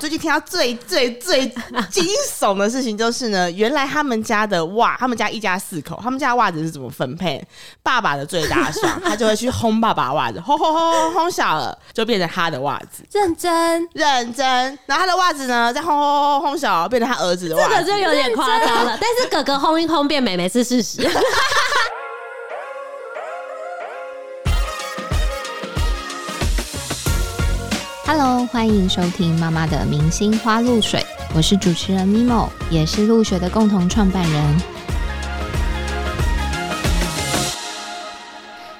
最近听到最最最惊悚的事情就是呢，原来他们家的袜，他们家一家四口，他们家袜子是怎么分配？爸爸的最大双，他就会去烘爸爸袜子，烘烘烘烘烘小了，就变成他的袜子。认真，认真，然后他的袜子呢，再烘烘烘烘小了，变成他儿子的袜这个子。就有点夸张了。但是哥哥轰一轰变美美是事实。 Hello，欢迎收听妈妈的明星花露水，我是主持人 Mimo，也是露水的共同创办人。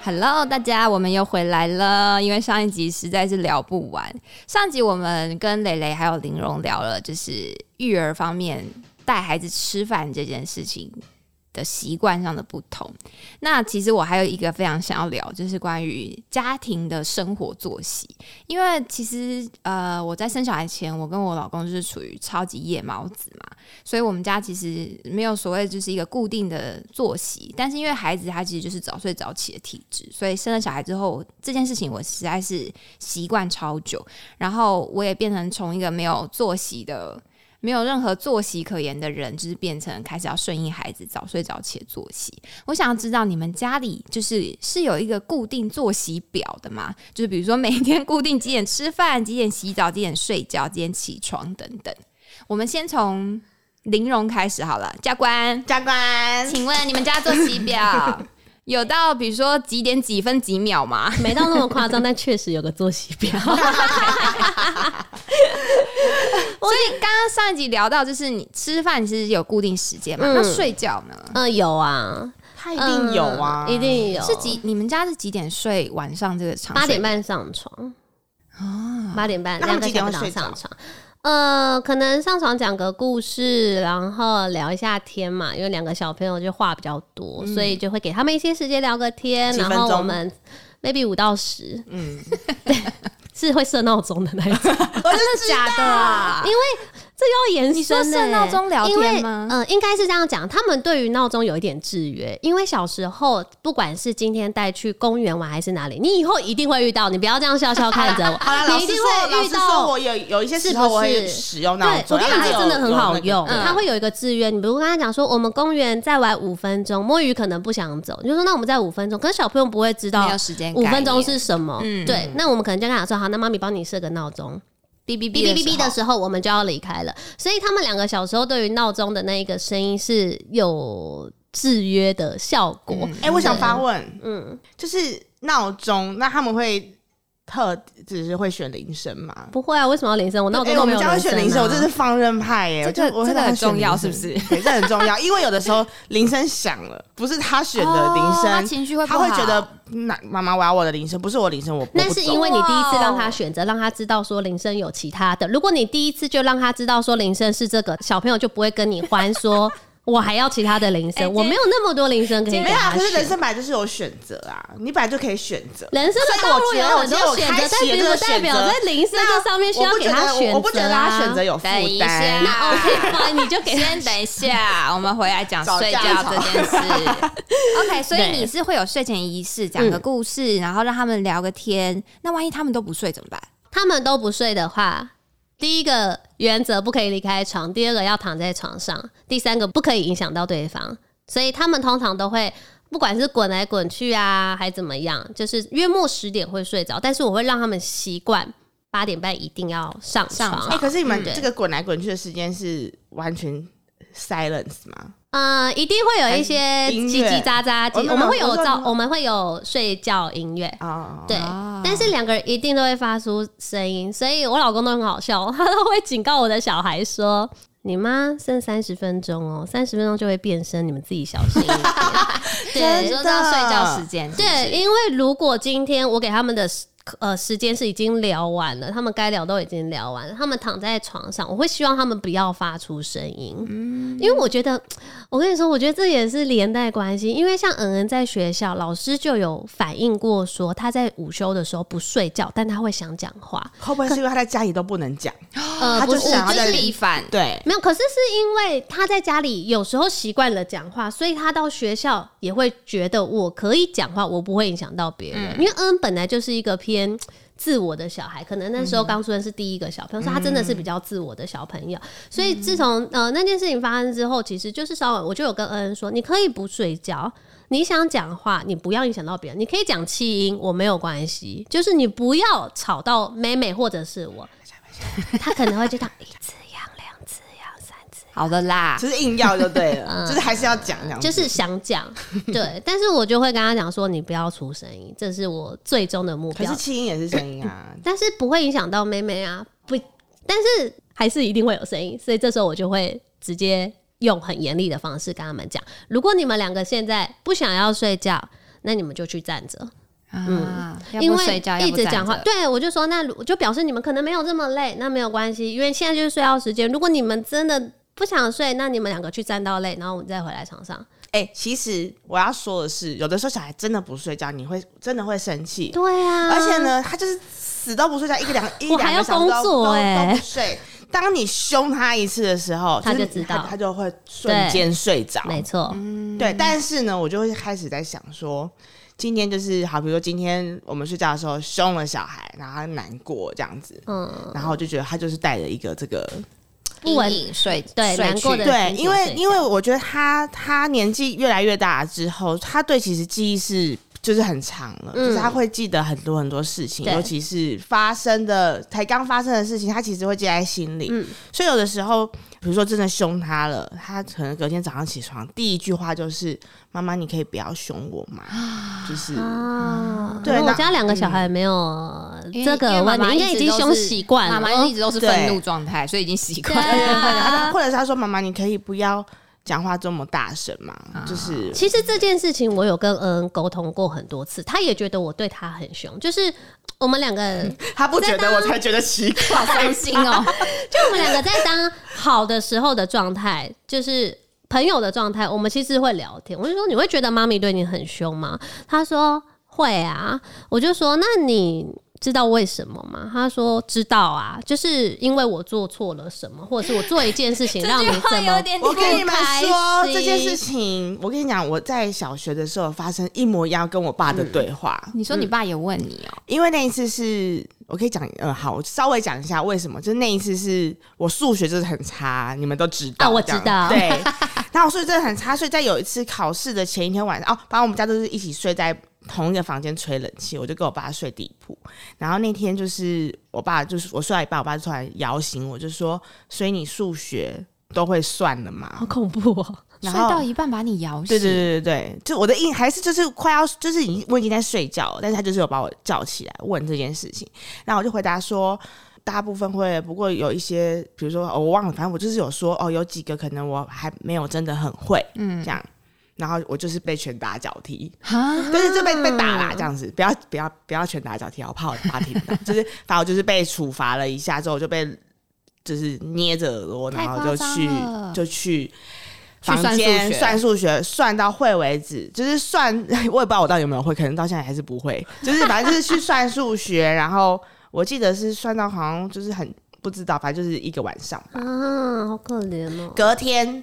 Hello，大家，我们又回来了。因为上一集实在是聊不完，上集我们跟蕾蕾还有玲珑聊了，就是育儿方面带孩子吃饭这件事情的习惯上的不同。那其实我还有一个非常想要聊，就是关于家庭的生活作息。因为其实呃，我在生小孩前，我跟我老公就是处于超级夜猫子嘛，所以我们家其实没有所谓就是一个固定的作息，但是因为孩子他其实就是早睡早起的体质，所以生了小孩之后，这件事情我实在是习惯超久，然后我也变成从一个没有作息的。没有任何作息可言的人，就是变成开始要顺应孩子早睡早起的作息。我想要知道你们家里就是是有一个固定作息表的吗？就是比如说每天固定几点吃饭、几点洗澡、几点睡觉、几点起床等等。我们先从玲珑开始好了，教官，教官，请问你们家作息 表有到比如说几点几分几秒吗？没到那么夸张，但确实有个作息 表。所以刚刚上一集聊到，就是你吃饭其实有固定时间嘛，嗯那睡觉呢？嗯，有啊，他一定有啊，嗯一定有。是几？你们家是几点睡？晚上这个长睡八点半上床啊，八点半那他们两个几点小会睡时着上床。呃，可能上床讲个故事，然后聊一下天嘛，因为两个小朋友就话比较多，所以就会给他们一些时间聊个天，嗯几然分后我钟们 maybe 五到十嗯， 是会设闹钟的那一种，我就是真的假的啊？因为这要延伸、欸。你说设闹钟聊因为天吗？呃，应该是这样讲，他们对于闹钟有一点制约，因为小时候不管是今天带去公园玩还是哪里，你以后一定会遇到，你不要这样笑笑看着我， 好啦，老你师一说，老师定会遇说到我。有有一些是时候不我会是使用对闹，我钟，跟你让讲，它这有真的很好有用，那个嗯它会有一个制约。你比如跟他讲说，我们公园再玩五分钟，摸鱼可能不想走，你就说那我们再五分钟。可是小朋友不会知道没有时间概五念，分钟是什么，嗯对。那我们可能就跟他讲说，好，那妈咪帮你设个闹钟，哔哔哔哔哔哔的时时候，我们就要离开了。所以他们两个小时候对于闹钟的那一个声音是有制约的效果。嗯哎、我想发问，嗯，就是闹钟，那他们会特只是会选铃声吗？不会啊，为什么要铃声？我闹钟哎都我没们有家会选铃声，啊我真是放任派耶、这我就个我会这个让他很选重要铃声是不是？对，这很重要，因为有的时候铃声响了，不是他选的铃他声，哦情绪会不他好会觉得那妈妈我要我的铃声，不是我铃声，我我那不啊是走因为你第一次让他选择，让他知道说铃声有其他的。如果你第一次就让他知道说铃声是这个，小朋友就不会跟你 欢说，我还要其他的铃哎声，今我没有那么多铃声可以今给没有啊，可他是人选。生本来就是有选择啊，你本来就可以选择。人生的所以道我路觉有得我很今多天我选开择，但启了这并不个代选表择在铃声这上面需要我不给觉得他选择、啊我不觉得他选择 有负等一担。下那 OK 吧，你就给他先等一下，我们回来讲吵睡架觉吵这 件事。OK，所以对你是会有睡前仪式，讲嗯个故事，然后让他们聊个天。那万一他们都不睡怎么办？他们都不睡的话，第一个原则不可以离开床，第二个要躺在床上，第三个不可以影响到对方。所以他们通常都会，不管是滚来滚去啊，还怎么样，就是约莫十点会睡着，但是我会让他们习惯八点半一定要上上床。哎、可是你们嗯对这个滚来滚去的时间是完全 silence 吗？嗯，一定会有一些还是音叽乐叽喳喳，哦叽那我们会我有说噪你，我们会有睡觉音乐。啊、对哦，但是两个人一定都会发出声音，所以我老公都很好笑， 他都会警告我的小孩说：“你妈剩三十分钟哦，三十分钟就会变声，你们自己小心一点。 对”真你的说到睡觉时间，对，因为如果今天我给他们的时呃时间是已经聊完了，他们该聊都已经聊完了，他们躺在床上，我会希望他们不要发出声音，因为我觉得，我跟你说，我觉得这也是连带关系，因为像恩恩在学校，老师就有反映过说，他在午休的时候不睡觉，但他会想讲话，会不会是因为他在家里都不能讲？呃，他不就是想要就在是里力反对，没有，可是是因为他在家里有时候习惯了讲话，所以他到学校也会觉得我可以讲话，我不会影响到别人。因为恩恩本来就是一个偏自我的小孩，可能那时候刚出生是第一个小朋友，所以他真的是比较自我的小朋友。所以自从呃那件事情发生之后，其实就是稍晚我就有跟恩恩说，你可以不睡觉。你想讲话，你不要影响到别人，你可以讲气音，我没有关系。就是你不要吵到妹妹或者是我，他可能会觉得一次养、两次养、三次好的啦，就是硬要就对了，就是还是要讲这样养，子，嗯就是想 讲对。但是我就会跟他讲说，你不要出声音，这是我最终的目可标是。气音也是声音 啊，但是不会影响到妹妹啊，不，但是还是一定会有声音，所以这时候我就会直接用很严厉的方式跟他们讲：如果你们两个现在不想要睡觉，那你们就去站着，嗯啊，要因不为睡觉，一要不直站讲话。着，对，我就说那如就表示你们可能没有这么累，那没有关系，因为现在就是睡觉时间。如果你们真的不想睡，那你们两个去站到累，然后我们再回来床上。哎、其实我要说的是，有的时候小孩真的不睡觉，你会真的会生气，对啊，而且，呢，他就是死都不睡觉，一个两一我两还个要小时工都作都欸都不睡。当你凶他一次的时候，他就是知道他他就会瞬间睡着。没错，对，但是呢，我就会开始在想说，今天就是好，比如说今天我们睡觉的时候凶了小孩，然后他难过这样子，嗯，然后我就觉得他就是带着一个这个不稳阴影睡对睡难过去的对，心情因为睡因为我觉得他他年纪越来越大之后，他对其实记忆是就是很长了，嗯就是他会记得很多很多事情，对尤其是发生的才刚发生的事情，他其实会记在心里。嗯所以有的时候，比如说真的凶他了，他可能隔天早上起床第一句话就是：“妈妈，你可以不要凶我吗？” 就是。啊，嗯对我那家两个小孩没有呃这个问题，应该已经凶习惯了。妈妈一直都是愤对怒状态，所以已经习惯对了。啊或者是他说：“妈妈，你可以不要讲话这么大声吗？”就是啊其实这件事情我有跟恩沟通过很多次，他也觉得我对他很凶，就是我们两个人，他不觉得，我才觉得奇怪。 好伤心哦！就我们两个在当好的时候的状态，就是。朋友的状态，我们其实会聊天。我就说，你会觉得妈咪对你很凶吗？他说会啊。我就说，那你知道为什么吗？他说知道啊，就是因为我做错了什么，或者是我做一件事 情让你怎么点我跟你们说不开心这件事情，我跟你讲，我在小学的时候发生一模一样跟我爸的对话，你说你爸也问你哦，因为那一次是我可以讲，嗯，好，我稍微讲一下为什么，就是那一次是我数学就是很差，你们都知道，啊我知这样道对，然后我数学真的很差，所以在有一次考试的前一天晚上，哦，反正我们家都是一起睡在同一个房间吹冷气，我就跟我爸睡地铺，然后那天就是我爸就是我睡到一半，我爸就突然摇醒我，就说，所以你数学都会算了吗？恐怖哦！然睡后到一半把你摇醒，对对对对对，就我的印还是就是快要就是已经我已经在睡觉了，但是他就是有把我叫起来问这件事情，然后我就回答说。大部分会，不过有一些，比如说、哦我忘了，反正我就是有说哦，有几个可能我还没有真的很会，嗯，这样，然后我就是被拳打脚踢，啊，就是就被被打啦，这样子，不要不要不要拳打脚踢，我怕我爸听 到，就是反正我就是被处罚了一下之后，我就被就是捏着耳朵，太然后夸就张去了就去去房算数间学算数学，算到会为止，就是算 我也不知道我到底有没有会，可能到现在还是不会，就是反正就是去算数学，然后我记得是算到好像就是很不知道，反正就是一个晚上，啊，好可怜哦。隔天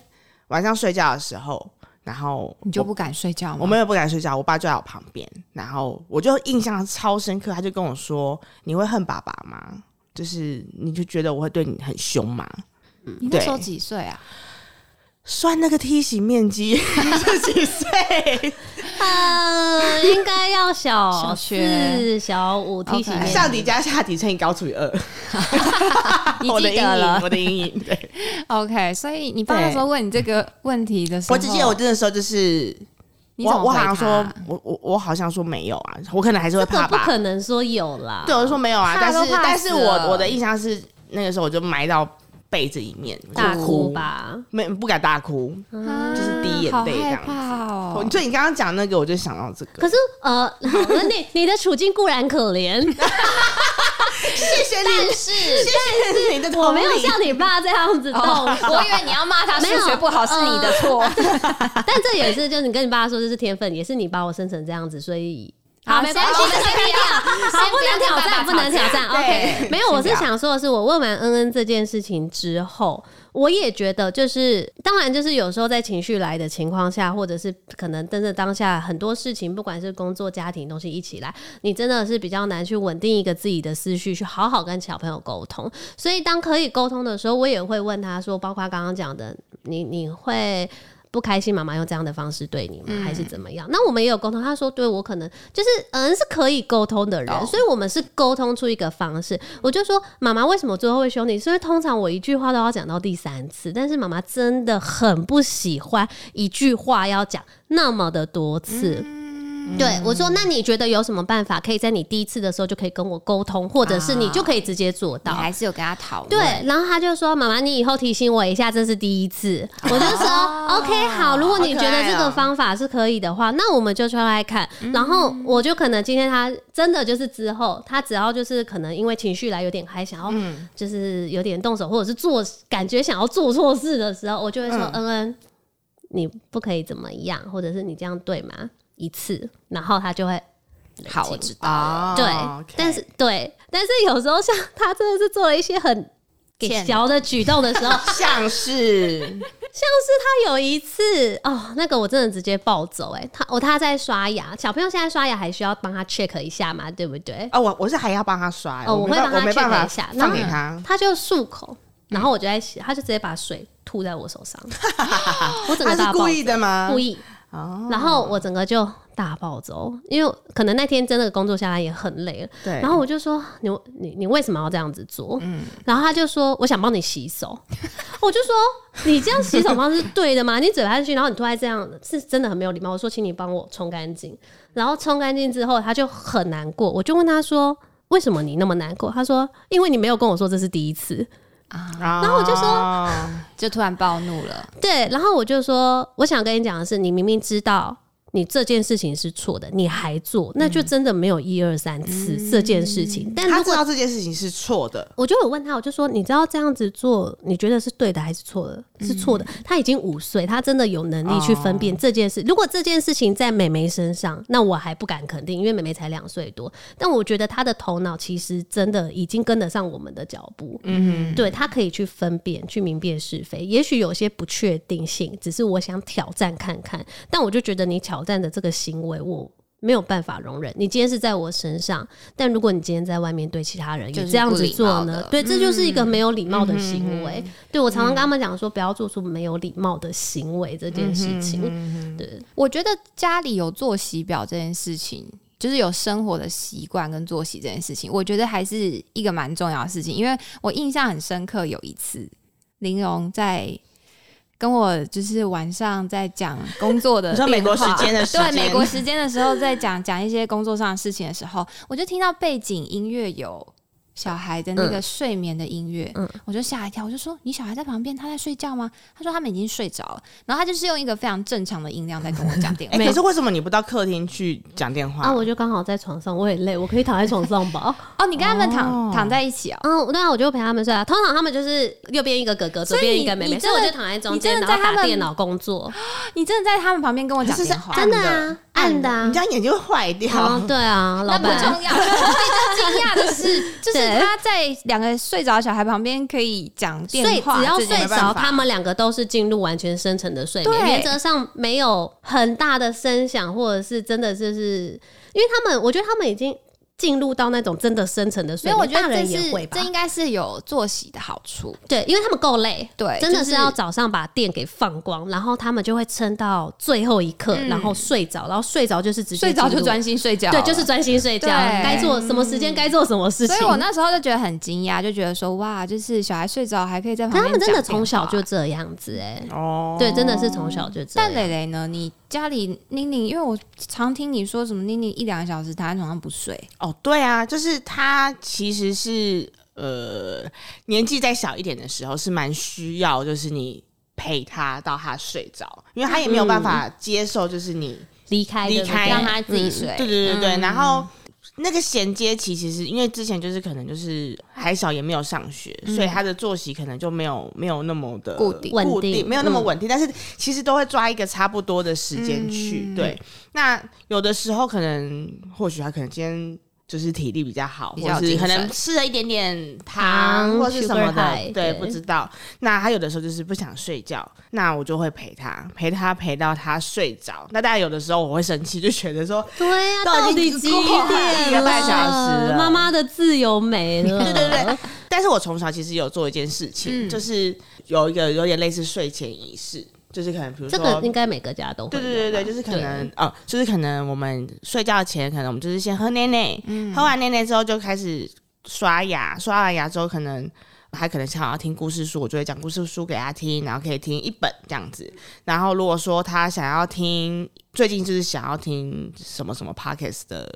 晚上睡觉的时候，然后你就我不敢睡觉吗？我们也不敢睡觉，我爸就在我旁边，然后我就印象超深刻，他就跟我说：“你会恨爸爸吗？就是你就觉得我会对你很凶吗你那对时候几岁啊？？”算那个梯形面积 是几岁？呃，应该要小小学四、小五梯形 OK 面上底加下底乘以高除以二，你我的记阴得影，了我的阴 影。对， ？OK，所以你爸那时候问你这个问题的时候，我只记得我真的时候就是你我怎么我回好像说他，我我我好像说没有啊，我可能还是会这个怕不吧。可能说有啦。对，我就说没有啊，怕但都是怕但死是我了我的印象是那个时候我就埋到被这一面，我就大哭哭，吧。没不敢大哭，啊嗯就是滴眼泪这样子好害怕哦哦，所以你刚刚讲那个，我就想到这个。可是呃，好那你你的处境固然可怜，谢谢你，是谢谢你的我同没有理。像你爸这样子动哦，手我以为你要骂他数没有学不好是你的错， 但这也是，就是你跟你爸说这是天分，也是你把我生成这样子，所以好，没关系，先那先不要，好，不能挑战，不能挑战。OK，对 没有，我是先不要想说的是，我问完恩恩这件事情之后，我也觉得就是，当然就是有时候在情绪来的情况下，或者是可能真的当下很多事情，不管是工作、家庭东西一起来，你真的是比较难去稳定一个自己的思绪，去好好跟小朋友沟通。所以当可以沟通的时候，我也会问他说，包括刚刚讲的，你你会。不开心，妈妈用这样的方式对你吗？还是怎么样？那我们也有沟通，他说对我可能就是嗯是可以沟通的人，懂所以我们是沟通出一个方式。我就说妈妈为什么最后会凶你？是因为通常我一句话都要讲到第三次，但是妈妈真的很不喜欢一句话要讲那么的多次。对，我说，那你觉得有什么办法可以在你第一次的时候就可以跟我沟通，或者是你就可以直接做你到？还是有跟他讨论。对，然后他就说：“妈妈，你以后提醒我一下，这是第一 次。”我就说、o k 哦好，哦如果你觉得这个方法是可以的话，那我们就出来看。”然后我就可能今天他真的就是之后，他只要就是可能因为情绪来有点嗨，想要就是有点动手，或者是做感觉想要做错事的时候，我就会说：“嗯嗯嗯，你不可以怎么样，或者是你这样对吗？”一次，然后他就会好，我知道。哦对 OK 但 是对，但是有时候像他真的是做了一些很给欠人小的举动 的时候，像像是是他有一次哦，那个我真的直接暴走哎、欸他哦他在刷牙，小朋友现在刷牙还需要帮他 check 一下嘛，对不对？哦，我我是还要帮他刷，哦，我我没办会我帮他没办 check 法一下，然放后给他。他就漱口，然后我就在嗯洗，他就直接把水吐在我手 上，我整他个是大故暴走意的吗？故意。哦，然后我整个就大暴走，因为可能那天真的工作下来也很累了。对然后我就说：“你你你为什么要这样子做？”然后他就说：“我想帮你洗手。”我就说：“你这样洗手方式是对的吗？你嘴巴进去，然后你突然这样，是真的很没有礼貌。”我说：“请你帮我冲干净。”然后冲干净之后，他就很难过。我就问他说：“为什么你那么难过？”他说：“因为你没有跟我说这是第一次。”然后我就说就突然暴怒了，对，然后我就说，我想跟你讲的是，你明明知道你这件事情是错的，你还做，那就真的没有一二三次这件事情。但他如知果道这件事情是错的，我就有问他，我就说，你知道这样子做，你觉得是对的还是错的？是错的。他已经五岁，他真的有能力去分辨这件事。如果这件事情在美眉身上，那我还不敢肯定，因为美眉才两岁多。但我觉得她的头脑其实真的已经跟得上我们的脚步。嗯，对他可以去分辨、去明辨是非。也许有些不确定性，只是我想挑战看看。但我就觉得你挑战的这个行为，我没有办法容忍。你今天是在我身上，但如果你今天在外面对其他人就也是这样不子礼做貌呢的？嗯对，这就是一个没有礼貌的行为。对我常常跟他们讲说，不要做出没有礼貌的行为这件嗯事情。对，我觉得家里有作息表这件事情，就是有生活的习惯跟作息这件事情，我觉得还是一个蛮重要的事情。因为我印象很深刻，有一次玲珑在跟我就是晚上在讲工作的呃你电说美国话，时间的时间 对美国时间的时候，在讲讲一些工作上的事情的时候，我就听到背景音乐有。小孩的那个睡眠的音乐，嗯我就吓一跳，我就说：“你小孩在旁边，他在睡觉吗？”他说：“他们已经睡着了。”然后他就是用一个非常正常的音量在跟我讲电 话哎，。可是为什么你不到客厅去讲电话？啊，我就刚好在床上，我也累，我可以躺在床上吧。哦，你跟他们躺、哦躺在一起哦。嗯，对啊，我就陪他们睡啊。通常他们就是右边一个哥哥，左所以边一你个妹你妹，所真以我的就躺在中你真间，的然在后他打们电脑工作。你真的在他们旁边跟我讲可是是电话，暗真的啊，暗的啊你这，样眼睛会坏掉。哦，对啊，那老不板，重 要。最惊讶的 是，就是对他在两个睡着的小孩旁边可以讲所以电话只要这件睡事，没办着，法他们两个都是进入完全深层的睡眠，对原则上没有很大的声响，或者是真的就是，因为他们，我觉得他们已经进入到那种真的深层的没睡有，我眠，觉大得这人是也会吧这。应该是有作息的好处。对，因为他们够累，对真的哎就是是要早上把电给放光，然后他们就会撑到最后一刻，嗯然后睡着，然后睡着就是直接睡着进就入专心睡觉，对，就是。专心睡觉，对嗯该做什么时间该做什么事情。所以我那时候就觉得很惊讶，就觉得说哇，就是小孩睡着还可以在旁可边。他们真的从小就。这样子哎、哦，对，真的是从小就这但样。蕾蕾呢？你家里宁宁，因为我常听你说什么宁宁一两个小时躺在床上不睡，哦，对啊，就是他其实是呃年纪再小一点的时候是蛮需要，就是你陪他到他睡着，因为他也没有嗯办法接受，就是你、离开离对不对开让他自己嗯睡。嗯对对对对，然后。那个衔接期，其实因为之前就是可能就是还小，也没有上学，所以他的作息可能就没有没有那么的固定固稳定没有那么嗯稳定。但是其实都会抓一个差不多的时间去。嗯对，那有的时候可能或许他可能今天。就是体力比较好，比较或是精可神嗯能吃了一点点糖糖或是什么 sugar 的， high，对，对不知道。那他有的时候就是不想睡觉，那我就会陪他，陪他陪到他睡着。那大家有的时候我会生气，就觉得说对呀、到到底底几几点点了了？妈妈妈妈的自由 没了。对对对，但是我从小其实有做一件事情，嗯就是有一个有点类似睡前仪式，就是可能比如这说。个应该每个家都会。对对对对，就是可能哦，就是可能我们睡觉前，可能我们就是先喝奶奶，喝完奶奶之后就开始刷牙，刷完牙之后可能。还可能想要听故事书，我就会讲故事书给他听，然后可以听一本这样子。然后如果说他想要听，最近就是想要听什么什么 pockets 的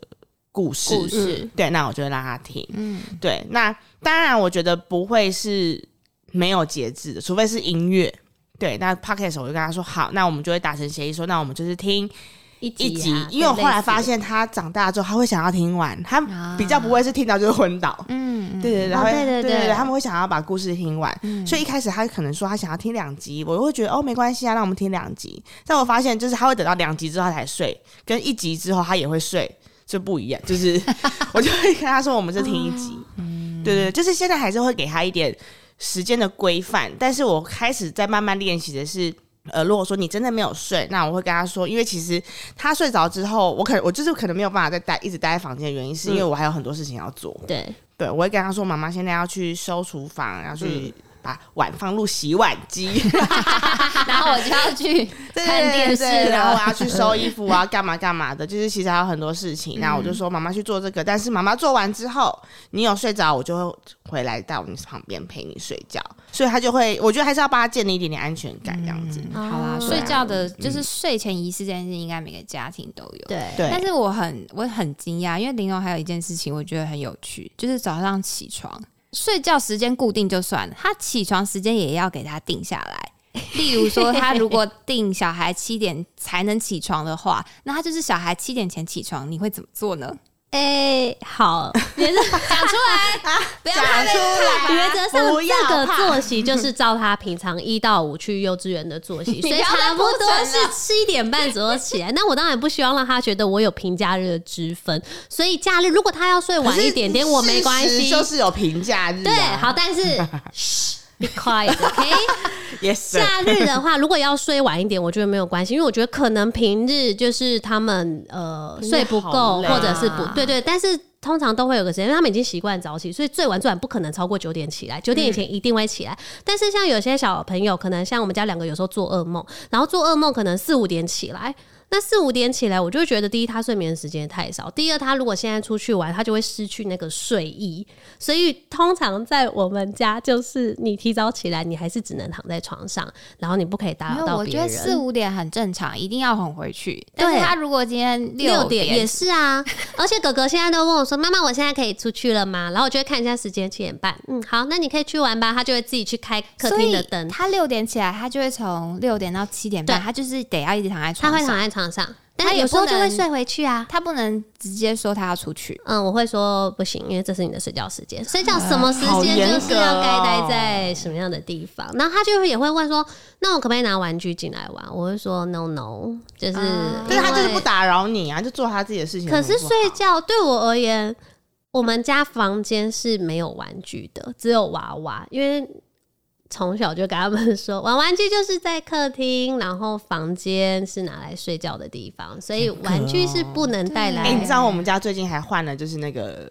故事，故事对，那我就会让他听。嗯，对，那当然，我觉得不会是没有节制的，除非是音乐。对，那 podcast 我就跟他说好，那我们就会达成协议说，那我们就是听一一集，啊因为我后来发，对类似现他长大之后，他会想要听完，他啊比较不会是听到就是昏倒。嗯，对对对，哦他会对对对对嗯他们会想要把故事听完，所以一开始他可能说他想要听两集，我会觉得哦没关系啊，让我们听两集。但我发现就是他会等到两集之后他才睡，跟一集之后他也会睡，就不一样。就是 我就会跟他说我们就听一集，对对，对就是现在还是会给他一点时间的规范，但是我开始在慢慢练习的是。呃，如果说你真的没有睡，那我会跟他说，因为其实他睡着之后，我可能我就是可能没有办法再待一直待在房间的原因，是因为我还有很多事情要做。对，对，我会跟他说，妈妈现在要去收厨房，要去把碗放入洗碗机， 然后我就要去对看电啊视对了然后我要去收衣服，我要干嘛干嘛的，就是其实还有很多事情。那我嗯就说妈妈去做这个，但是妈妈做完之后，你有睡着，我就会回来到你旁边陪你睡觉，所以他就会，我觉得还是要帮他建立一点点安全感，这样子。 哦好啦，啊睡觉的就是睡前仪式这件事，应该每个家庭都有。对对，但是我很我很惊讶，因为玲珑还有一件事情，我觉得很有趣，就是早上起床睡觉时间固定就算了，他起床时间也要给他定下来。例如说，他如果定小孩七点才能起床的话，那他就是小孩七点前起床，你会怎么做呢？哎， 好，原则讲出来，不要怕被讲出来看原则 上不要这个怕作息就是照他平常一到五去幼稚园的作息，所不以要再差不铺多陈是了七点半左右起来。那我当然不希望让他觉得我有平假日的之分，所以假日如果他要睡晚一点点，我没关事系实。就是有评价日、啊，对，好，但是嘘，be quiet，OK。 也 是。假日的话，如果要睡晚一点，我觉得没有关系，因为我觉得可能平日就是他们呃平日睡不好够，累或者是不啊对对，但是通常都会有个时间，因为他们已经习惯早起，所以最晚最晚不可能超过九点起来，九点以前一定会起来。但是像有些小朋友，可能像我们家两个有时候做噩梦，然后做噩梦可能四五点起来。那四五点起来，我就会觉得第一，他睡眠时间太少；第二，他如果现在出去玩，他就会失去那个睡意。所以通常在我们家，就是你提早起来，你还是只能躺在床上，然后你不可以打没扰有，到我别觉人。得四五点很正常，一定要哄回去。但是对他如果今天六点点也是啊，而且哥哥现在都问我说：“妈妈，我现在可以出去了吗？”然后我就会看一下时间，七点半。嗯，好，那你可以去玩吧。他就会自己去开客所厅以的灯，他六点起来，他就会从六点到七点半，对他就是得要一直躺在他床会上。躺在床上，他但也有时候不就能会睡回去啊。他不能直接说他要出去。嗯，我会说不行，因为这是你的睡觉时间，睡觉什么时啊好间严就是要格该哦待在什么样的地方。然后他就会也会问说，那我可不可以拿玩具进来玩？我会说 no no，就是啊但是他就是因不为。打扰你啊，就做他自己的事情。可是有什么不好睡觉对我而言，我们家房间是没有玩具的，只有娃娃，因为。从小就跟他们 说，玩玩具就是在客厅，然后房间是拿来睡觉的地方，所以玩具是不能带来。哎、你知道我们家最近还换了，就是那个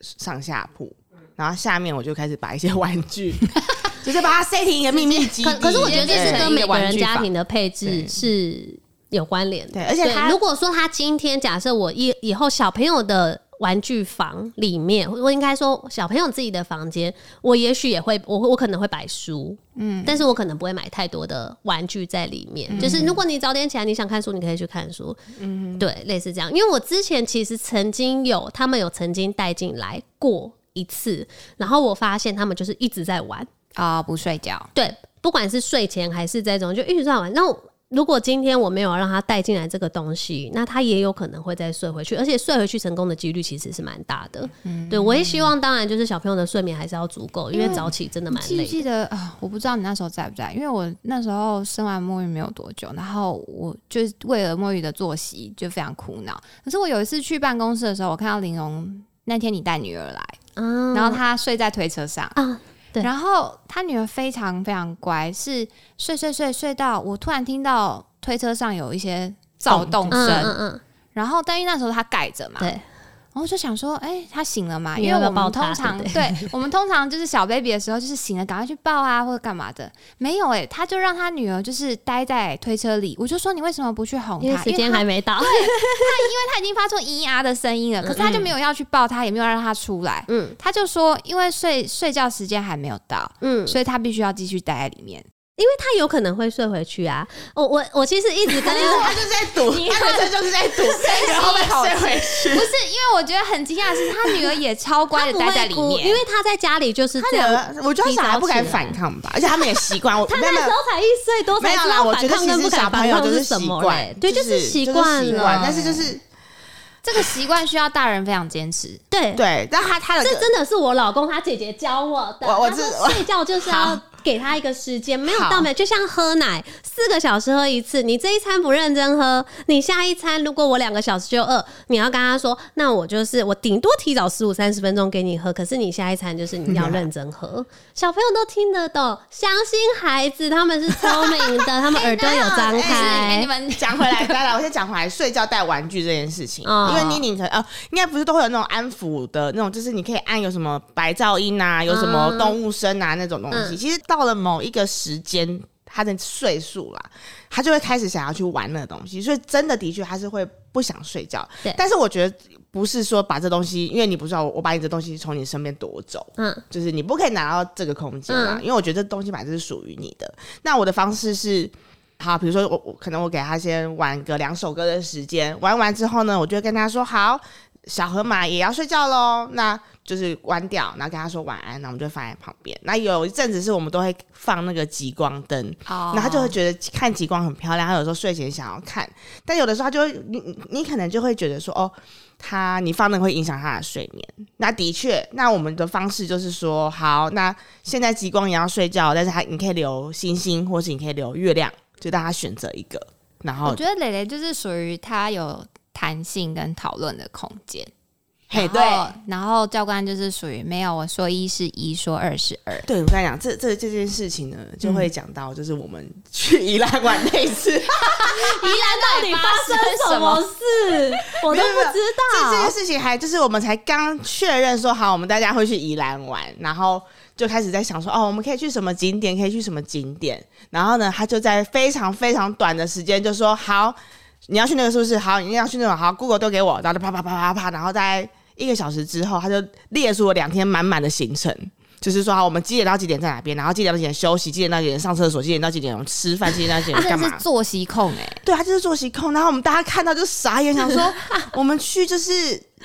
上下铺，然后下面我就开始把一些玩具， 就是把它塞进一个秘密基地。可可是我觉得这是对跟每个一玩人家。具庭房的配对置是有关联的。对，而且他如果说他今天假设我以以后小朋友的玩具房里面，我应该说小朋友自己的房间，我也许也会，我会我可能会摆书，嗯，但是我可能不会买太多的玩具在里面。嗯就是如果你早点起来，你想看书，你可以去看书，嗯，对，类似这样。因为我之前其实曾经有他们有曾经带进来过一次，然后我发现他们就是一直在玩。啊、不睡觉，对，不管是睡前还是这种，就一直在玩。那我如果今天我没有让他带进来这个东西，那他也有可能会再睡回去，而且睡回去成功的几率其实是蛮大的。对我也希望，当然就是小朋友的睡眠还是要足够，因为因为早起真的你蛮记不累的。记得啊、我不知道你那时候在不在，因为我那时候生完墨鱼没有多久，然后我就为了墨鱼的作息就非常苦恼。可是我有一次去办公室的时候，我看到玲珑那天你带女儿来，啊然后她睡在推车上。啊，对然后她女儿非常非常乖，是睡睡睡睡到我突然听到推车上有一些躁动嗯嗯声，嗯然后但因为那时候她盖着嘛嗯，，对，然后就想说，哎、他醒了嘛？你因为要不要我抱们他通常对对不我们通常就是小 baby 的时候，就是醒了赶快去抱啊，或者干嘛的。没有哎、他就让他女儿就是待在推车里。我就说你为什么不去哄他？因为时间还因为没到。他他已经发出咿呀的声音了，可是他就没有要去抱他，也没有让他出来。嗯他就说，因为睡睡觉时间还没有到，嗯，所以他必须要继续待在里面。他有可能会睡回去啊。我我我其实一直 跟他就是在赌，他的这就是在赌，然后被睡回去。不是，因为我觉得很惊讶的是，他女儿也超乖的嗯不待在会里哭，面，因为他在家里就是他这样。的，我觉得小孩不敢反抗吧，而且他们也习惯。我他没有那没时有候才一岁多，没才有知啦，道我反觉得抗其跟实不小敢朋反友抗就是是什习么惯嘞，？对，就是习惯就是习了。但是就是这个习惯需要大人非常坚持。对，对，但他他的这真的是我老公他姐姐教我的。我我他知说睡觉就是要给他一个时间，没有 好到没有，就像喝奶，四个小时喝一次。你这一餐不认真喝，你下一餐如果我两个小时就饿，你要跟他说，那我就是我顶多提早十五三十分钟给你喝，可是你下一餐就是你要认真 喝。小朋友都听得懂，相信孩子，他们是聪明的，他 们耳朵有张哎哎、开你。们讲回来，来来，我先讲回来，睡觉带玩具这件事情，哦因为妮妮可能呃，应该不是都会有那种安抚的那种，就是你可以按有什么白噪音啊，有什么动物声啊那种东西。嗯其实到了某一个时间，他的岁数啦，他就会开始想要去玩那个东西，所以真的的确他是会不想睡觉对。但是我觉得不是说把这东西，因为你不知道我把你这东西从你身边夺走，嗯，就是你不可以拿到这个空间啦，嗯因为我觉得这东西本来就是属于你的。那我的方式是，好，比如说我我可能我给他先玩个两首歌的时间，玩完之后呢，我就会跟他说好，小河马也要睡觉喽，那就是关掉，然后跟他说晚安，那我们就放在旁边。那有一阵子是我们都会放那个极光灯，哦然后他就会觉得看极光很漂亮，他有时候睡前想要看，但有的时候他就会，你你你可能就会觉得说，哦，他你放那个会影响他的睡眠。那的确，那我们的方式就是说，好，那现在极光也要睡觉，但是还你可以留星星，或是你可以留月亮，就让他选择一个。然后我，觉得蕾蕾哦就是属于她有弹性跟讨论的空间。嘿，哎然对，后，然后教官就是属于没有我说一是一，说二是二。对我跟你讲，这这这件事情呢，就会讲到就是我们去宜兰玩那一次，啊到底发生什么事？我都不知这这道件。事情还就是我们才刚确认说好，我们大家会去宜兰玩，然后就开始在想说哦，我们可以去什么景点，可以去什么景点。然后呢，他就在非常非常短的时间就说好，你要去那个是不是？好，你要去那种好，Google 都给我，然后就啪啪啪啪啪，然后大概一个小时之后，他就列出了两天满满的行程。就是说，好，我们几点到几点在哪边，然后几点到几点休息，几点到几点上厕所，几点到几点吃饭，几点到几她点真干的啊嘛？是作息控哎、对，他就是作息控。然后我们大家看到就傻眼，想说啊我们去就是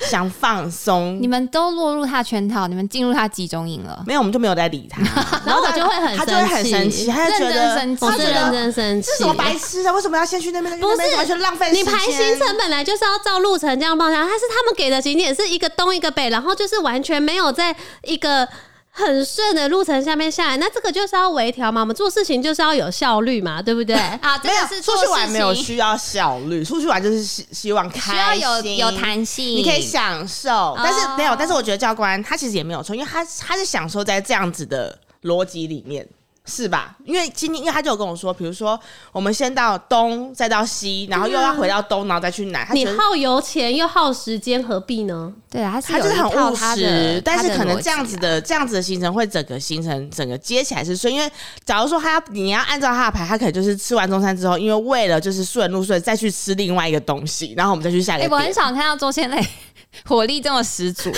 想放松你，们都落入她圈套，你们进入她集中营了，没有，我们就没有再理他。然后我就会 很他就会很生气，他就觉认得真生气我他是觉认得真生气这。什么白痴啊？为什么要先去那边？不是那边完全浪费时你间。排行程本来就是要照路程这样报下来，但是他们给的景点是一个东一个北，然后就是完全没有在一个很顺的路程下面下来，那这个就是要微调嘛。我们做事情就是要有效率嘛，对不对？ 啊，这没个有是出做去玩事没有情需要效率，出去玩就是希希望需开要心，有有弹性，你可以享受，但是没有，但是我觉得教官他其实也没有错，因为他他是享受在这样子的逻辑里面。是吧？因为今天，因为他就有跟我说，比如说，我们先到东，再到西，然后又要回到东，然后再去南。他你觉得耗油钱又耗时间，何必呢？对啊，她是他就有是一很套务她的实，但是她的可能逻辑啊这样子的这样子的行程会整个行程整个接起来是顺，因为假如说他要你要按照他的排，他可能就是吃完中餐之后，因为为了就是顺路，所以再去吃另外一个东西，然后我们再去下一哎、个我点。很少看到周先磊 火力这么十足，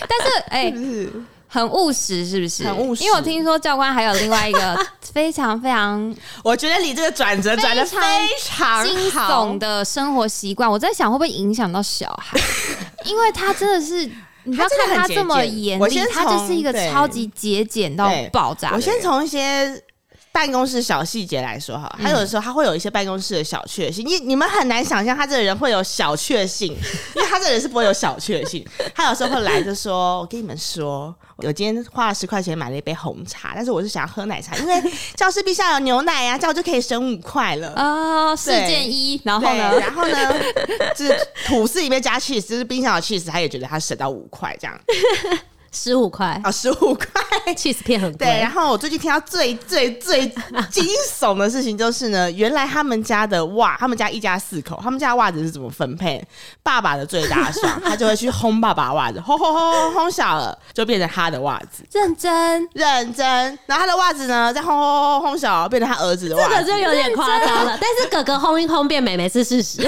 但是哎、很务实，是不是？很务实因为我听说教官还有另外一个 非常非常我觉得你这个转折转的非常惊好悚，的生活习惯，我在想会不会影响到小 孩，因为他真的是。你不他要真的看很他节这么俭严我厉先，他就从是一个对超级节俭到对爆炸的我人。先从一些办公室小细节来说好了，嗯他有的时候他会有一些办公室的小确幸，你你们很难想象他这个人会有小确 幸，因为他这个人是不会有小确幸。他有时候会来就说：“我跟你们说，我今天花了十块钱买了一杯红茶，但是我是想要喝奶茶，因为教室必须要有牛奶呀、这样我就可以省五块了。啊，事对件一，然后对呢？然后呢，就是吐司里面加 cheese，就是冰箱有 cheese，他也觉得他省到五块这样，十五块啊，十五块。 ，cheese 片很对，然贵，后我最近听到最最最惊悚的事情就是呢，原来他们家的袜，他们家一家四口，他们家的袜子是怎么分配？爸爸的最大双，他就会去烘爸爸袜子，烘烘烘烘烘小了，就变成他的袜子。认真，认真，然后他的袜子呢，再烘烘烘烘小了，变成他儿子的袜这子。个就 有点夸张了。但是哥哥轰一轰变美眉是事实，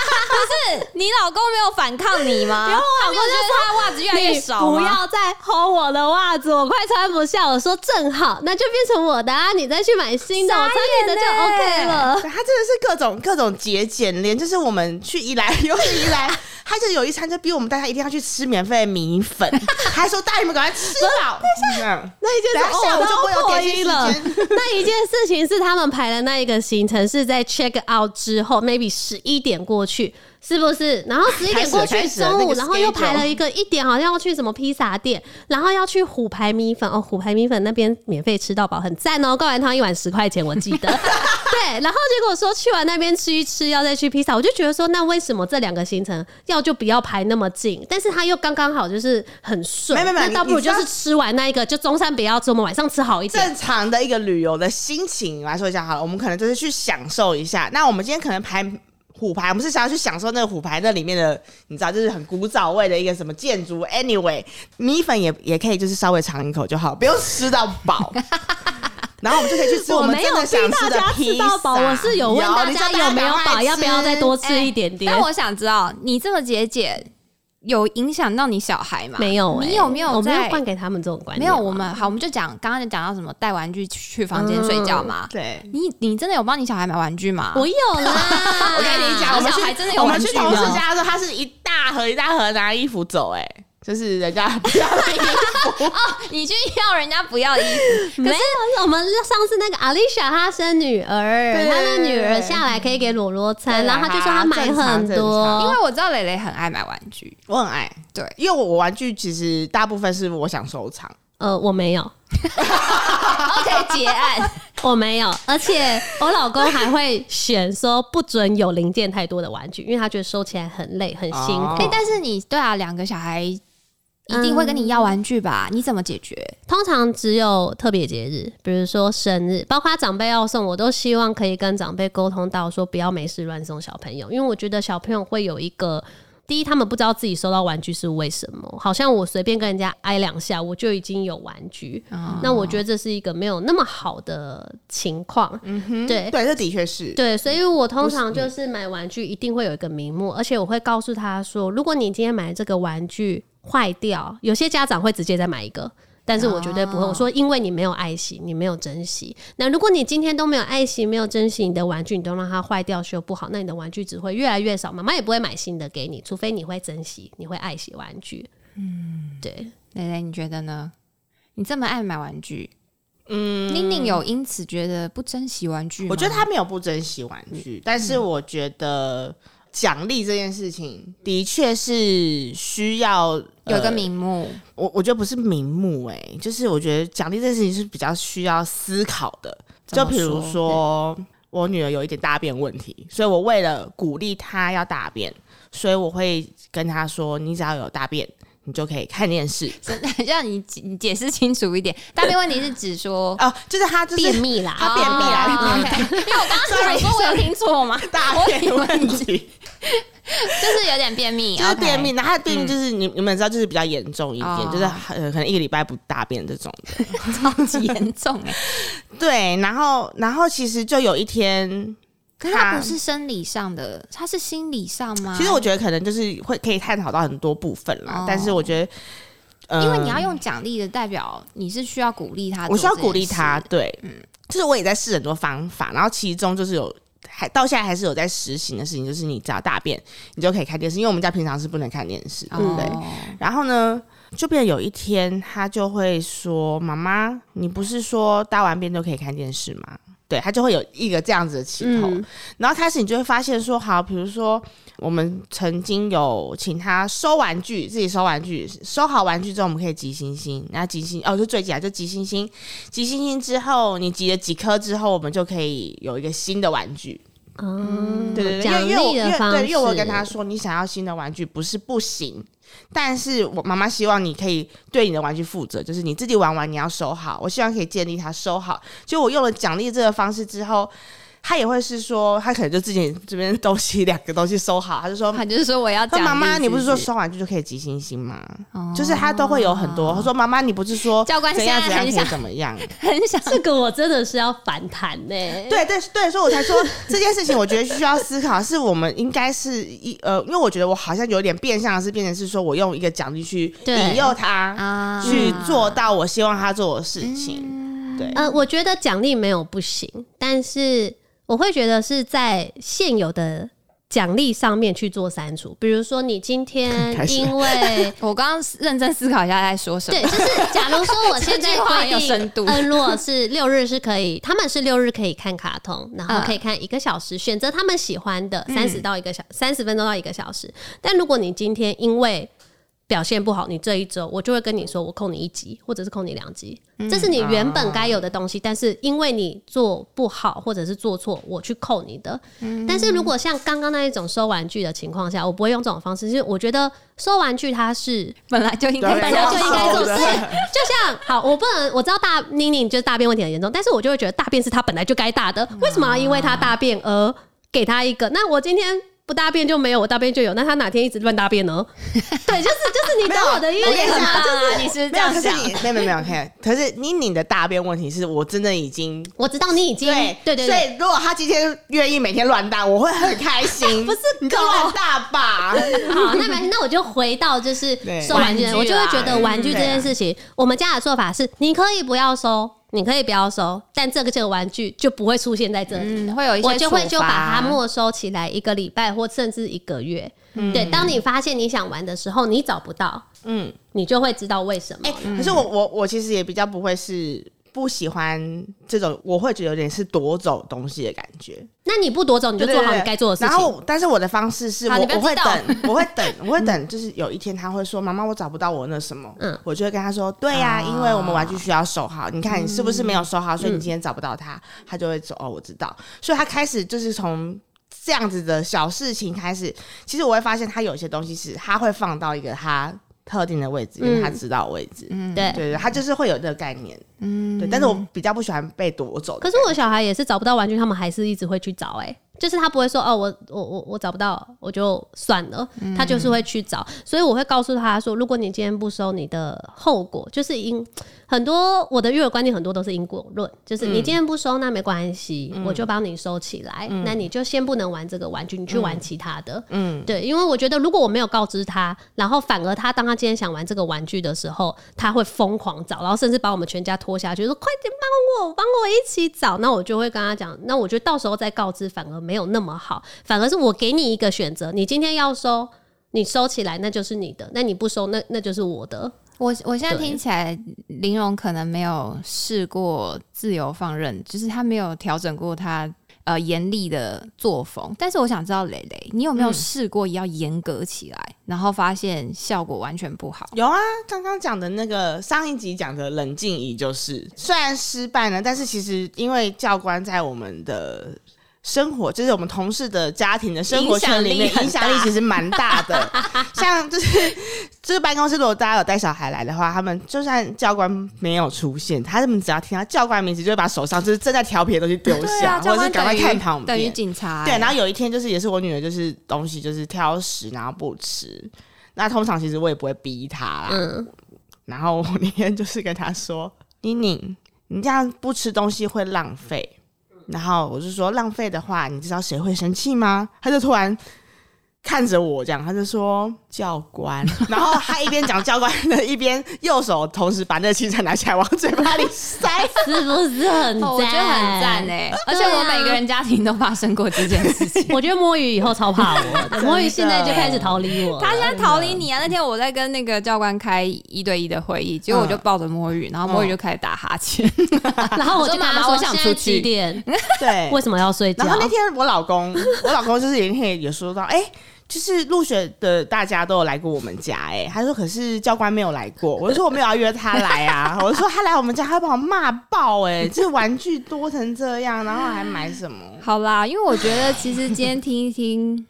是你老公没有反抗你 吗？有啊我老公他没有觉得他袜子越来越你少吗不要再薅我的袜子，我快穿不下。我说正好，那就变成我的啊，你再去买新的，我穿你的就傻眼欸 OK 了。对他真的是各种各种节俭，连就是我们去宜兰，又是宜兰，他就有一餐就逼我们大家一定要去吃免费的米粉，还说大家你们赶快吃饱。这样那一件事等一下哦，我就不会有我都点破心音时了间。 那一件事情是他们排的那一个行程是在 check out 之后，maybe 十一点过去，是不是？然后十一啊开点始了过开去始了那中午，个然后又 schedule 排了一个一点，好像要去什么披萨店，然后要去虎牌米粉哦，虎牌米粉那边免费吃到饱，很赞哦，高丸汤一碗十块钱，我记得。 对，然后结果说去完那边吃一吃，要再去披萨，我就觉得说，那为什么这两个行程要就不要排那么近？但是他又刚刚好就是很顺，没没没那倒不如你知就道是吃完那一个，就中山不要吃，我们晚上吃好一点。正常的一个旅游的心情来说一下好了，我们可能就是去享受一下。那我们今天可能排虎牌，我们是想要去享受那个虎牌那里面的，你知道，就是很古早味的一个什么建筑。Anyway，米粉也也可以，就是稍微尝一口就好，不用吃到饱。然后我们就可以去吃我们没真有的想逼大吃的家披吃萨。到饱，我是有问大你叫家有没有赶饱，快要不要再多吃哎一点点？但我想知道，你这个节俭有影响到你小孩吗？没有、你欸有没有我没在有灌给他们这种观没念啊？有，我们好，我们就讲刚刚就讲到什么带玩具去房间睡觉嘛。对。。你你真的有帮你小孩买玩具吗？我有啦 我跟你讲，我你们小去孩真的有我玩们具去同事了家的时候，他是一大盒一大盒拿衣服走、哎，就是人家不要的衣服。你去要人家不要衣服，没有，我们上次那个 Alicia 她生女儿，对她的女儿下来可以给裸裸餐，对然后她就说她买很正常因多，为我知道蕾蕾很爱买玩具。我很爱，对，因为我玩具其实大部分是我想收藏，呃，我没有， OK，结案。 我没有，而且我老公还会选说不准有零件太多的玩具，因为他觉得收起来很累很辛苦。哦哎、但是你对啊，两个小孩一定会跟你要玩具吧？你怎么解决？通常只有特别节日，比如说生日，包括长辈要送，我都希望可以跟长辈沟通到说不要没事乱送小朋友，因为我觉得小朋友会有一个。第一，他们不知道自己收到玩具是为什么，好像我随便跟人家挨两下，我就已经有玩具。嗯那我觉得这是一个没有那么好的情况。嗯对对，这的确是。对，所以我通常就是买玩具一定会有一个名目，而且我会告诉他说，如果你今天买这个玩具坏掉，有些家长会直接再买一个。但是我绝对不会，我啊说因为你没有爱惜，你没有珍惜。那如果你今天都没有爱惜，没有珍惜你的玩具，你都让它坏掉修不好，那你的玩具只会越来越少，妈妈也不会买新的给你，除非你会珍惜，你会爱惜玩具。嗯，对。蕾蕾，你觉得呢？你这么爱买玩具，嗯，宁宁有因此觉得不珍惜玩具吗？我觉得他没有不珍惜玩具，嗯但是我觉得奖励这件事情的确是需要有一个。呃名目，我我觉得不是名目哎、就是我觉得奖励这件事情是比较需要思考的。怎就么比如说说，我女儿有一点大便问题，所以我为了鼓励她要大便，所以我会跟她说：“你只要有大便，你就可以看电视。真的 让你解你解释清楚一点。大便问题是指说哦，就是她就是便秘啦，他便秘哦啦 OK，因为我刚刚想说，我有听错 吗？大便问题，就是有点便 秘，就是 OK 便秘。。那他的便秘就是你你们知道，就是比较严重一哦点，就是呃可能一个礼拜不大便这种的。超级严重欸哎、对，然后然后其实就有一天， 可是它不是生理上的，它是心理上吗？其实我觉得可能就是会可以探讨到很多部分啦哦，但是我觉得，呃因为你要用奖励的，代表你是需要鼓励他，我需要鼓励他，。对，就是我也在试很多方法，然后其中就是有。还到现在还是有在实行的事情，就是你只要大便，你就可以看电视，因为我们家平常是不能看电视，对不对？哦，然后呢，就变得有一天他就会说：“妈妈，你不是说大完便就可以看电视吗？”对他就会有一个这样子的起头，嗯，然后开始你就会发现说，好，比如说我们曾经有请他收玩具，自己收玩具，收好玩具之后，我们可以集星星，然后集星哦，就最起来就集星星，集星星之后，你集了几颗之后，我们就可以有一个新的玩具。哦，对对对，因奖为因为我励因的为方式，对，因为我有跟他说，你想要新的玩具不是不行，但是我妈妈希望你可以对你的玩具负责，就是你自己玩完你要收好。我希望可以建立他收好。就我用了奖励这个方式之后。他也会是说，他可能就自己这边东西 两个东西收好，他就说他就是说我要：“他讲妈妈，励你不是说自己收玩具就可以集星星吗？”哦就是他都会有很多，他说：“妈妈，你不是说教官怎样现怎在样很可以想怎么样？”很 想这个我真的是要反弹呢、对对对，所以我才说这件事情，我觉得需要思考，是我们应该是一呃，因为我觉得我好像有点变相的是变成是说我用一个奖励去对引诱他啊去做到我希望他做的事情，对。 呃，我觉得奖励没有不行，但是我会觉得是在现有的奖励上面去做删除。比如说，你今 天开始了因为我刚刚认真思考一下在说什么对，。就是假如说我现这 在句话很有规深度定，恩若是六日是可以，他们是六日可以看卡通，然后嗯可以看一个小时，选择他们喜欢的三十到一个小三十分钟到一个小时。但如果你今天因为表现不好，你这一周我就会跟你说，我扣你一集，或者是扣你两集，嗯这是你原本该有的东西，但是因为你做不好或者是做错，我去扣你的。嗯但是如果像刚刚那一种收玩具的情况下，我不会用这种方式，是我觉得收玩具它是本来就应该对本来就应该做对事。就像好，我不能我知道大宁宁就是大便问题很严重，但是我就会觉得大便是他本来就该大的，为什么要因为他大便而给他一个？那我今天。不大便就没有，我大便就有。那他哪天一直乱大便呢？对，就是就是，你懂我的意没有我跟你思讲吗？就是 你是这没有，可是你没样想，有没有没有看，可是你你的大便问题是我真的已经我知道你已经对对所对，以如果他今天愿意每天乱大，我会很开心。 不是你就狗乱大 吧？好，那没关系，那我就回到就是对收玩具的，玩我具就啦会觉得玩具这件事情，我们家的做法是，你可以不要收，你可以不要收，但这个这个玩具就不会出现在这里。嗯，会有一些我就会处就把它罚没收起来一个礼拜或甚至一个月。对，当你发现你想玩的时候，你找不到，嗯，你就会知道为什么。哎、可是我我我其实也比较不会是不喜欢这种，我会觉得有点是夺走东西的感觉。那你不夺走，你就对做好对你对该做的事然情。后，但是我的方式是我好你不要我会激动 等，我会等，我会等，就是有一天他会说：“妈妈，我找不到我那什么。”嗯啊我就会跟他说：“对呀、因为我们玩具需要收好，你看你是不是没有收好，所嗯以你今天找不到它。”他就会说：“哦，我知道。”所以他开始就是从。这样子的小事情开始，其实我会发现他有些东西是他会放到一个他特定的位置，因为嗯他知道的位置。对，对对，他就是会有这个概念，嗯，对。但是我比较不喜欢被夺走的可感是觉，我小孩也是找不到玩具，他们还是一直会去找、哎，就是他不会说哦，我我我我找不到，我就算了，他就是嗯会去找。所以我会告诉他说，如果你今天不收，你的后果就是因很多我的育儿观念很多都是因果论，就是嗯你今天不收那没关系，我就帮你收起来，那你就先不能玩这个玩具，你去玩其他的。嗯，对，因为我觉得如果我没有告知他，然后反而他当他今天想玩这个玩具的时候，他会疯狂找，然后甚至把我们全家拖下去，说快点帮我，帮我一起找。那我就会跟他讲，那我觉得到时候再告知反而没有那么好，反而是我给你一个选择，你今天要收。你收起来，那就是你的；那你不收，那那就是我的。我我现在对听起来，玲珑可能没有试过自由放任，就是她没有调整过她呃严厉的作风。但是我想知道，蕾蕾，你有嗯没有试过要严格起来，然后发现效果完全不好？有啊，刚刚讲的那个上一集讲的冷静仪，就是虽然失败呢，但是其实因为教官在我们的生活，就是我们同事的家庭的生活圈里面影响力很大影响力其实蛮大的。 像就是就是办公室，如果大家有带小孩来的话，他们就算教官没有出现，他们只要听到教官的名字，就会把手上就是正在调皮的东西丢下，啊教或者是官赶快等于看旁等于边。警察、欸对，然后有一天就是也是我女儿，就是东西就是挑食，然后不吃。那通常其实我也不会逼她啦，嗯，然后我那天就是跟他说：“宁宁，你这样不吃东西会浪费。”然后我就说：“浪费的话，你知道谁会生气吗？”他就突然看着我这样，他就说教官，然后他一边讲教官的，一边右手同时把那个青菜拿起来往嘴巴里塞。是不是很赞？欸哦我觉得很赞哎、而且我每个人家庭都发生过这件 事情。我觉得摸鱼以后超怕我的，的摸鱼现在就开始逃离我了。 他现在逃离你啊！那天我在跟那个教官开一对一的会议，嗯结果我就抱着摸鱼，然后摸鱼就开始打哈欠。然后我就跟他说：“我说妈妈我想现在出几去点？对，为什么要睡觉然后那天我老公，我老公就是那天也说到，哎、就是入学的大家都有来过我们家、哎，他说可是教官没有来过，我就说我没有要约他来啊，我就说他来我们家，他会把我骂爆、哎，这玩具多成这样，然后还买什么？好啦，因为我觉得其实今天听一听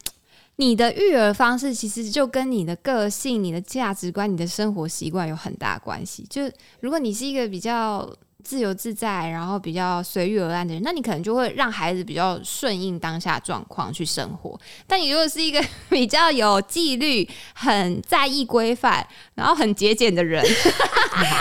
你的育儿方式，其实就跟你的个性、你的价值观、你的生活习惯有很大关系。就如果你是一个比较自由自在，然后比较随遇而安的人，那你可能就会让孩子比较顺应当下状况去生活。但你如果是一个 比较有纪律、很在意规范，然后很 节俭的人，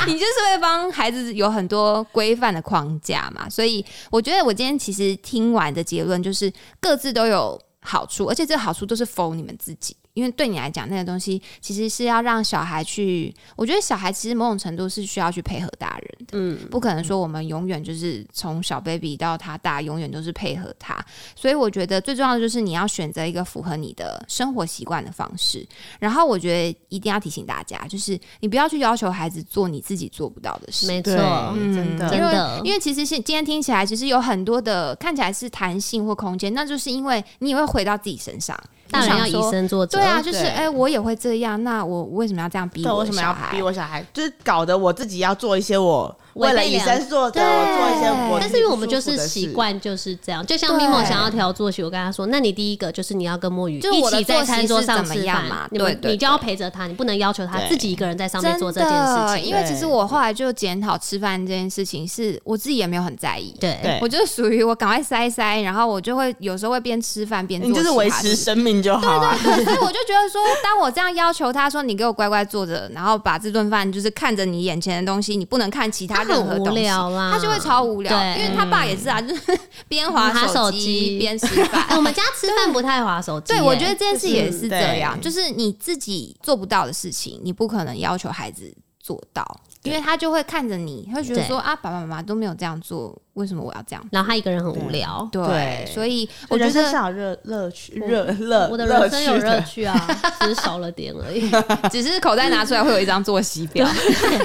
你就是会帮孩子有很多规范的框架嘛。所以我觉得我今天其实听完的结论就是各自都有好处，而且这个好处都是 for 你们自己。因为对你来讲，那个东西其实是要让小孩去，我觉得小孩其实某种程度是需要去配合大人的，嗯，不可能说我们永远就是从小 baby 到他大，永远都是配合他。所以我觉得最重要的就是你要选择一个符合你的生活习惯的方式。然后我觉得一定要提醒大家，就是你不要去要求孩子做你自己做不到的事，没错嗯对，，嗯真的，真因为的因为其实是今天听起来，其实有很多的看起来是弹性或空间，那就是因为你也会回到自己身上。大人要你想以说身作则。对啊，就是对哎、我也会这样，那我为什么要这样逼对，我为的什么小要孩？逼我小孩？就是搞得我自己要做一些我为了以身作则，违背我做一良些我自对但己是因为我们不舒就服是的习事，惯就是这样，就像对 Mimo 想要调作息，我跟他说：“那你第一个就是你要跟摸鱼就是一我的起在作息餐桌是上怎么吃样饭嘛你对们对你就要陪着他，你不能要求他对自己一个人在上真面的，做这件事情。”因为其实我后来就检讨吃饭这件事情，是我自己也没有很在意。对对我就是属于我赶快塞一塞，然后我就会有时候会边吃饭边做你就是其他维事持生命就好 啊。对，所以我就觉得说，当我这样要求他说：“你给我乖乖坐着，然后把这顿饭就是看着你眼前的东西，你不能看其他任何很无东西。”聊啦，他就会超无聊，对因为他爸也是啊，就是边滑拿手机机 边吃哎，我饭。们家吃饭不太划手机耶。对，我觉得这件事也 是这样，就就是你自己做不到的事情，你不可能要求孩子做到，因为他就会看着你，会觉得对说啊，爸爸妈妈都没有这样做，为什么我要这样？然后他一个人很无聊。对，对所以我我觉人生是得有乐乐趣，热乐，我的乐人生有趣的乐趣啊，只是少了点而已。只是口袋拿出来会有一张作息表，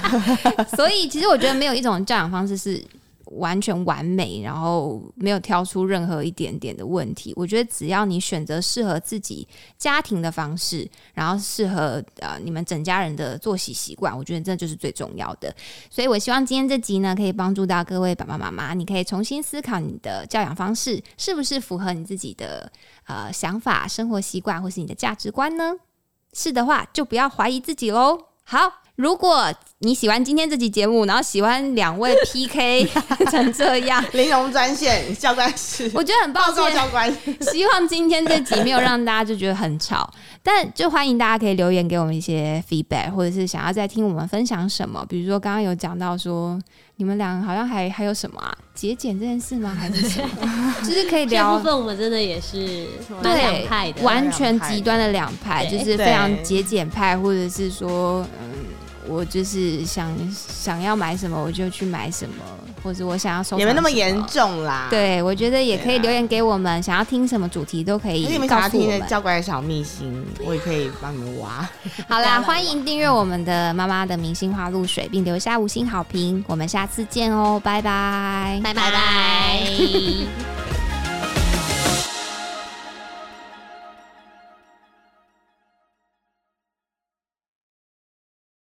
所以其实我觉得没有一种教养方式是完全完美，然后没有挑出任何一点点的问题。我觉得只要你选择适合自己家庭的方式，然后适合呃你们整家人的作息习惯，我觉得这就是最重要的。所以我希望今天这集呢，可以帮助到各位爸爸妈妈，你可以重新思考你的教养方式是不是符合你自己的呃想法、生活习惯或是你的价值观呢？是的话，就不要怀疑自己喽。好，如果你喜欢今天这集节目，然后喜欢两位 PK 成这样，玲珑专线教官室，我觉得很抱报告歉。教官。希望今天这集没有让大家就觉得很吵，但就欢迎大家可以留言给我们一些 feedback，或者是想要再听我们分享什么，比如说刚刚有讲到说你们俩好像还还有什么啊节俭这件事吗？还是什么？就是可 以这部 聊。分我们真的也是蛮对两派，的，完全极端的两派，对就是非常节俭派，或者是说，嗯，我就是想想要买什么我就去买什么，或者我想要收，也没那么严。重啊啦。，对，我觉得也可对以啊留言给我们，想要听什么主题都可以而且你们告想要诉我听们的。教官的小秘辛，我也可以帮你们挖。好啦，欢迎订阅我们的妈妈的明星花露水，并留下五星好评。我们下次见哦，拜拜，拜拜。